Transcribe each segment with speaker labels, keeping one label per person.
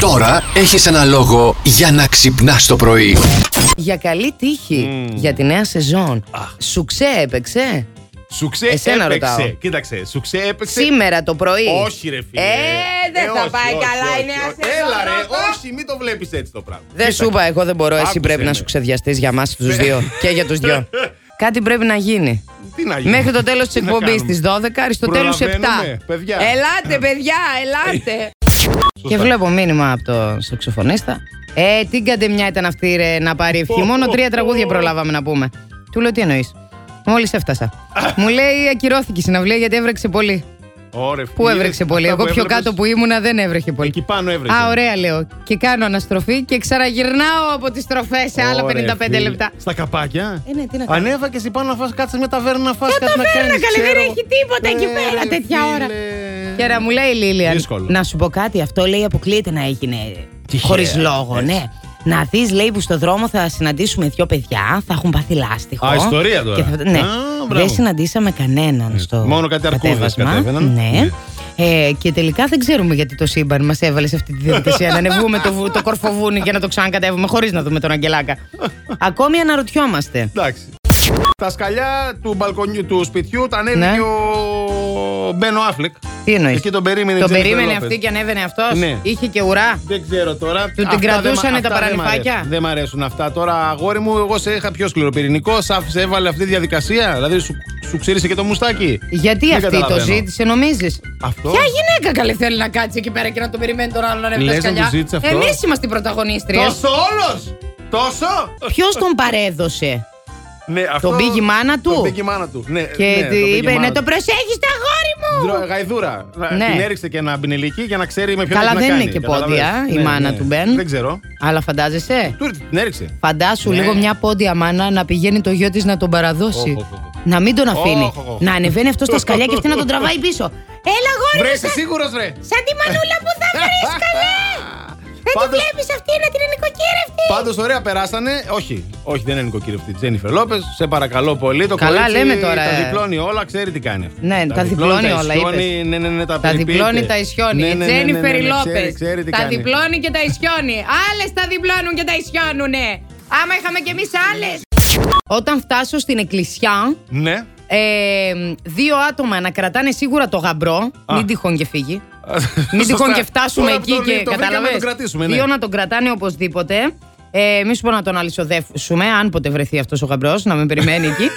Speaker 1: Τώρα έχεις ένα λόγο για να ξυπνάς το πρωί.
Speaker 2: Για καλή τύχη για τη νέα σεζόν. Σου ξέέπαιξε.
Speaker 3: Σου ξέ
Speaker 2: Εσένα
Speaker 3: έπαιξε.
Speaker 2: ρωτάω.
Speaker 3: Κοίταξε, σου ξέ έπαιξε.
Speaker 2: Σήμερα το πρωί.
Speaker 3: Όχι, ρε φίλε.
Speaker 2: Ε, δεν θα
Speaker 3: όχι,
Speaker 2: πάει
Speaker 3: όχι,
Speaker 2: καλά
Speaker 3: όχι,
Speaker 2: η νέα
Speaker 3: όχι.
Speaker 2: σεζόν,
Speaker 3: Έλα, ρε,
Speaker 2: Ρότα.
Speaker 3: όχι, μην το βλέπεις έτσι το πράγμα.
Speaker 2: Δεν σου είπα, εγώ δεν μπορώ. Εσύ
Speaker 3: Άκουσε
Speaker 2: πρέπει
Speaker 3: με.
Speaker 2: να σου ξεδιαστείς για μας τους δύο και για τους δυο. Κάτι πρέπει να γίνει.
Speaker 3: Τι να γίνει.
Speaker 2: Μέχρι το τέλος της
Speaker 3: Τι να
Speaker 2: εκπομπής
Speaker 3: κάνουμε.
Speaker 2: τη 12, Αριστοτέλου 7.
Speaker 3: Προλαβαίνουμε, παιδιά. Ε,
Speaker 2: Ελάτε, παιδιά, ελάτε.
Speaker 3: Σωστά.
Speaker 2: και βλέπω μήνυμα από το σαξοφωνίστα. Ε, τι καντεμιά ήταν αυτή ρε, να πάρει ευχή. Μόνο τρία τραγούδια προλάβαμε να πούμε. Του λέω τι εννοείς. Μόλις έφτασα. Μου λέει ακυρώθηκε η συναυλία γιατί έβρεξε πολύ.
Speaker 3: Ωρε,
Speaker 2: Πού
Speaker 3: φίλε,
Speaker 2: έβρεξε πολύ.
Speaker 3: αυτά
Speaker 2: Εγώ πιο
Speaker 3: έβλεπες,
Speaker 2: κάτω που ήμουνα δεν έβρεχε πολύ.
Speaker 3: Εκεί πάνω έβρεξε.
Speaker 2: Α, ωραία λέω. Και κάνω αναστροφή και ξαναγυρνάω από τις τροφέ σε άλλα
Speaker 3: Ωρε,
Speaker 2: 55
Speaker 3: φίλε.
Speaker 2: λεπτά.
Speaker 3: Στα καπάκια.
Speaker 2: Ε, ναι, τι να κάνω.
Speaker 3: Ανέβακες πάνω να φας κάτσε μια ταβέρνα να φας κάτι να
Speaker 2: Καταφέρνα,
Speaker 3: κάνεις.
Speaker 2: καλή, δεν
Speaker 3: ξέρω.
Speaker 2: έχει τίποτα εκεί
Speaker 3: Ε,
Speaker 2: πέρα
Speaker 3: ρε,
Speaker 2: τέτοια
Speaker 3: φίλε.
Speaker 2: ώρα. Και να μου λέει η Λίλια,
Speaker 3: Δύσκολο.
Speaker 2: να σου πω κάτι, αυτό λέει αποκλείεται να έγινε
Speaker 3: Τυχαία,
Speaker 2: χωρίς λόγο,
Speaker 3: έτσι.
Speaker 2: ναι. Να δεις, λέει, που στο δρόμο θα συναντήσουμε δύο παιδιά, θα έχουν πάθει λάστιχο.
Speaker 3: Α, ιστορία τώρα.
Speaker 2: Και θα- ναι.
Speaker 3: Α, μπράβο. Ε,
Speaker 2: δεν συναντήσαμε κανέναν στο
Speaker 3: Μόνο κάτι αρκούδες
Speaker 2: κατέβασμα.
Speaker 3: κατέβαιναν.
Speaker 2: Ναι. Ε, και τελικά δεν ξέρουμε γιατί το σύμπαν μας έβαλε σε αυτή τη διαδικασία. να ανεβούμε το, βου- το κορφοβούνι και να το ξανακατεύουμε χωρίς να δούμε τον Αγγελάκα. Ακόμη αναρωτιόμαστε.
Speaker 3: Εντάξει. Τα σκαλιά του μπαλκονιού του σπιτιού τα ανέβηκε
Speaker 2: Ναι.
Speaker 3: ο Μπένο Άφλεκ.
Speaker 2: Τι εννοείς.
Speaker 3: Εκεί τον περίμενε η
Speaker 2: Τον
Speaker 3: Τζένιφερ
Speaker 2: περίμενε
Speaker 3: Λόπες.
Speaker 2: αυτή και ανέβαινε αυτός.
Speaker 3: Ναι.
Speaker 2: Είχε και ουρά.
Speaker 3: Δεν ξέρω τώρα.
Speaker 2: την
Speaker 3: Αυτά
Speaker 2: κρατούσανε
Speaker 3: δεν μ' α-
Speaker 2: τα
Speaker 3: αυτά δεν μ'
Speaker 2: παρανυφάκια.
Speaker 3: αρέσουν. Δεν μ' αρέσουν αυτά. Τώρα, αγόρι μου, εγώ σε είχα πιο σκληροπυρηνικό. Σ' άφησε, έβαλε αυτή τη διαδικασία. Δηλαδή, σου, σου ξύρισε και το μουστάκι.
Speaker 2: Γιατί
Speaker 3: Δεν
Speaker 2: αυτή το
Speaker 3: καταλαβαίνω.
Speaker 2: ζήτησε, νομίζεις.
Speaker 3: Αυτό.
Speaker 2: Ποια γυναίκα καλή θέλει να κάτσει εκεί πέρα και να τον περιμένει τον άλλον να
Speaker 3: Λες
Speaker 2: ρεύει
Speaker 3: να
Speaker 2: σκαλιά.
Speaker 3: του ζήτησε αυτό?
Speaker 2: Εμείς είμαστε οι πρωταγωνίστριες.
Speaker 3: Τόσο όλος! Τόσο!
Speaker 2: Ποιος τον παρέδωσε.
Speaker 3: Ναι, αυτό...
Speaker 2: Τον πήγε η μάνα του?
Speaker 3: Τον πήγε η μάνα του. Ναι,
Speaker 2: Και
Speaker 3: ναι, τον
Speaker 2: του
Speaker 3: πήγε η
Speaker 2: είπε
Speaker 3: μάνα
Speaker 2: να το
Speaker 3: του.
Speaker 2: προσέχεις, τα αγόρι μου.
Speaker 3: Δρο- Γαϊδούρα.
Speaker 2: Ναι.
Speaker 3: Την έριξε και ένα μπινελίκι για να ξέρει με ποιον
Speaker 2: Καλά,
Speaker 3: έχει να
Speaker 2: δεν
Speaker 3: κάνει.
Speaker 2: είναι και πόντια
Speaker 3: Καταλαβαίνεις.
Speaker 2: η
Speaker 3: Ναι,
Speaker 2: μάνα
Speaker 3: ναι.
Speaker 2: του Μπεν.
Speaker 3: Δεν ξέρω.
Speaker 2: Αλλά φαντάζεσαι.
Speaker 3: Του την έριξε.
Speaker 2: Φαντάσου
Speaker 3: Ναι.
Speaker 2: λίγο μια πόντια μάνα να πηγαίνει το γιο της να τον παραδώσει.
Speaker 3: Οχ, οχ, οχ.
Speaker 2: Να μην τον αφήνει.
Speaker 3: Οχ, οχ, οχ.
Speaker 2: Να ανεβαίνει αυτό στα σκαλιά και αυτή να τον τραβάει πίσω. Έλα,
Speaker 3: Βρε,
Speaker 2: αγόρι μου,
Speaker 3: είσαι
Speaker 2: σαν,
Speaker 3: σίγουρο, ρε.
Speaker 2: σαν τη μανούλα που θα βρεις, καλέ. Δεν τη
Speaker 3: Πάντως-
Speaker 2: βλέπεις αυτή να την είναι νοικοκύρευτη.
Speaker 3: Πάντως, ωραία, περάσανε. Όχι, όχι, δεν είναι νοικοκύρευτη. Τζένιφερ Λόπες, σε παρακαλώ πολύ. Το
Speaker 2: Καλά,
Speaker 3: κορίτσι
Speaker 2: λέμε τώρα,
Speaker 3: Τα
Speaker 2: ε.
Speaker 3: διπλώνει όλα, ξέρει τι κάνει. αυτή.
Speaker 2: Ναι, τα διπλώνει
Speaker 3: τα
Speaker 2: όλα,
Speaker 3: ισιώνει,
Speaker 2: είπες.
Speaker 3: Ναι, ναι, ναι, τα,
Speaker 2: Τα
Speaker 3: περιποιείται.
Speaker 2: διπλώνει, τα ισιώνει.
Speaker 3: Ναι,
Speaker 2: Η
Speaker 3: ναι, ναι, ναι, ναι,
Speaker 2: Τζένιφερ
Speaker 3: ναι, ξέρει-
Speaker 2: Λόπες.
Speaker 3: ξέρει τι
Speaker 2: Τα
Speaker 3: κάνει.
Speaker 2: διπλώνει και τα ισιώνει. Άλλες τα διπλώνουν και τα ισιώνουνε. Άμα είχαμε κι εμείς άλλες. Όταν φτάσω στην εκκλησιά,
Speaker 3: Ναι.
Speaker 2: ε, δύο άτομα να κρατάνε σίγουρα το γαμπρό.
Speaker 3: Α.
Speaker 2: Μην τυχόν και φύγει. Μην
Speaker 3: Σωστά.
Speaker 2: τυχόν και φτάσουμε
Speaker 3: Τώρα
Speaker 2: εκεί
Speaker 3: αυτό
Speaker 2: και
Speaker 3: το βρήκαμε,
Speaker 2: καταλαβαίνεις.
Speaker 3: να το κρατήσουμε, ναι.
Speaker 2: Δύο να τον κρατάνε οπωσδήποτε. Ε, μη σου πω να τον αλυσοδεύσουμε, αν ποτέ βρεθεί αυτός ο γαμπρός, να με περιμένει εκεί.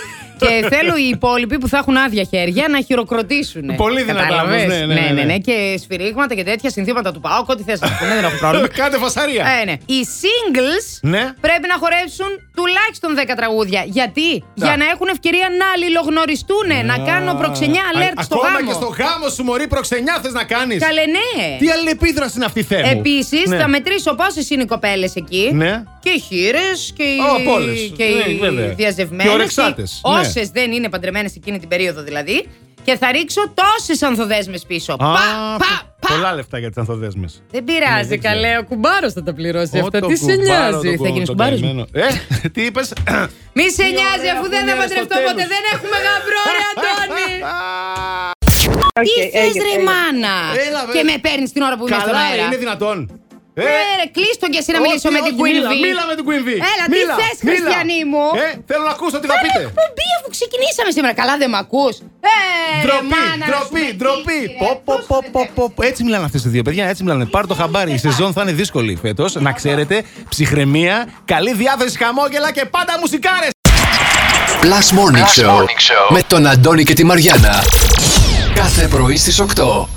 Speaker 2: και θέλω οι υπόλοιποι που θα έχουν άδεια χέρια να χειροκροτήσουν.
Speaker 3: Πολύ δυνατά,
Speaker 2: Κατάλαβες?
Speaker 3: όμως, ναι, ναι, ναι,
Speaker 2: ναι,
Speaker 3: ναι.
Speaker 2: Και σφυρίγματα και τέτοια συνθήματα του ΠΑΟΚ, ό,τι θες να σου πούνε, δεν έχω πρόβλημα.
Speaker 3: Κάντε φασαρία.
Speaker 2: Ε, ναι. Οι singles
Speaker 3: Ναι.
Speaker 2: πρέπει να χορέψουν τουλάχιστον 10 τραγούδια. Γιατί? Για να έχουν ευκαιρία να αλληλογνωριστούν, να κάνουν προξενιά
Speaker 3: Α,
Speaker 2: alert στο
Speaker 3: Ακόμα
Speaker 2: γάμο.
Speaker 3: και στο γάμο σου, Μωρή, προξενιά θες να κάνεις.
Speaker 2: Καλέ, ναι.
Speaker 3: Τι αλληλεπίδραση είναι αυτή, Θεέ μου.
Speaker 2: Επίσης,
Speaker 3: Ναι.
Speaker 2: θα μετρήσω πόσες είναι οι κοπέλες εκεί.
Speaker 3: Ναι.
Speaker 2: Και οι χείρες και οι,
Speaker 3: Α, απ' όλες.
Speaker 2: και
Speaker 3: Ναι,
Speaker 2: οι
Speaker 3: βέβαια.
Speaker 2: διαζευμένε.
Speaker 3: Και ορεξάτες, ναι.
Speaker 2: Όσες δεν είναι παντρεμένες εκείνη την περίοδο δηλαδή. Και θα ρίξω τόσες ανθοδέσμες πίσω.
Speaker 3: Α,
Speaker 2: πα, πα, πα.
Speaker 3: Πολλά λεφτά για τις ανθοδέσμες.
Speaker 2: Δεν πειράζει,
Speaker 3: δεν ξέρω.
Speaker 2: καλέ. Ο κουμπάρος θα τα πληρώσει αυτά. Τι
Speaker 3: Ό, το
Speaker 2: σε
Speaker 3: κουμπάρο,
Speaker 2: νοιάζει.
Speaker 3: το
Speaker 2: Θα
Speaker 3: κου-
Speaker 2: γίνεις
Speaker 3: το
Speaker 2: κουμπάρος.
Speaker 3: καημένο. Ε, τι είπες.
Speaker 2: Μη σε νοιάζει,
Speaker 3: ωραία
Speaker 2: αφού
Speaker 3: που
Speaker 2: δεν θα
Speaker 3: είναι στο
Speaker 2: παντρευτώ
Speaker 3: τέλος.
Speaker 2: ποτέ. Δεν έχουμε γαμπρό, ρε Αντώνη. Τι θε, ρε μάνα.
Speaker 3: Έλα, βέ.
Speaker 2: Και με παίρνεις την ώρα που είμαι στον
Speaker 3: Καλά,
Speaker 2: αέρα.
Speaker 3: είναι δυνατόν. Ε,
Speaker 2: Ε, ρε, κλείστο και εσύ να μιλήσω
Speaker 3: όχι,
Speaker 2: με την
Speaker 3: όχι,
Speaker 2: Queen
Speaker 3: μίλα,
Speaker 2: Bee.
Speaker 3: Μίλα με την Queen Bee.
Speaker 2: Έλα,
Speaker 3: Μίλα,
Speaker 2: τι θες,
Speaker 3: μίλα.
Speaker 2: Χριστιανή μου. Ε,
Speaker 3: Ε, θέλω να ακούσω τι θα
Speaker 2: Πάμε
Speaker 3: πείτε.
Speaker 2: εκπομπή αφού ξεκινήσαμε σήμερα. Καλά, δεν μ' ακούς. Ε, ρε,
Speaker 3: Ντροπή,
Speaker 2: μάνα, να σου
Speaker 3: ντροπή,
Speaker 2: με
Speaker 3: ντροπή.
Speaker 2: τύχει, ρε.
Speaker 3: Πω, πω,
Speaker 2: Πόσο
Speaker 3: πω,
Speaker 2: δεν
Speaker 3: πω, πω, πω. Έτσι μιλάνε αυτές οι δύο παιδιά, έτσι μιλάνε. Πάρ το χαμπάρι. Η σεζόν θα είναι δύσκολη φέτος. Να ξέρετε, ψυχραιμία, καλή διάθεση, χαμόγελα και πάντα μουσικάρες.
Speaker 1: Plus Morning, Show, με τον Αντώνη και τη Μαριάνα. Κάθε πρωί στις 8.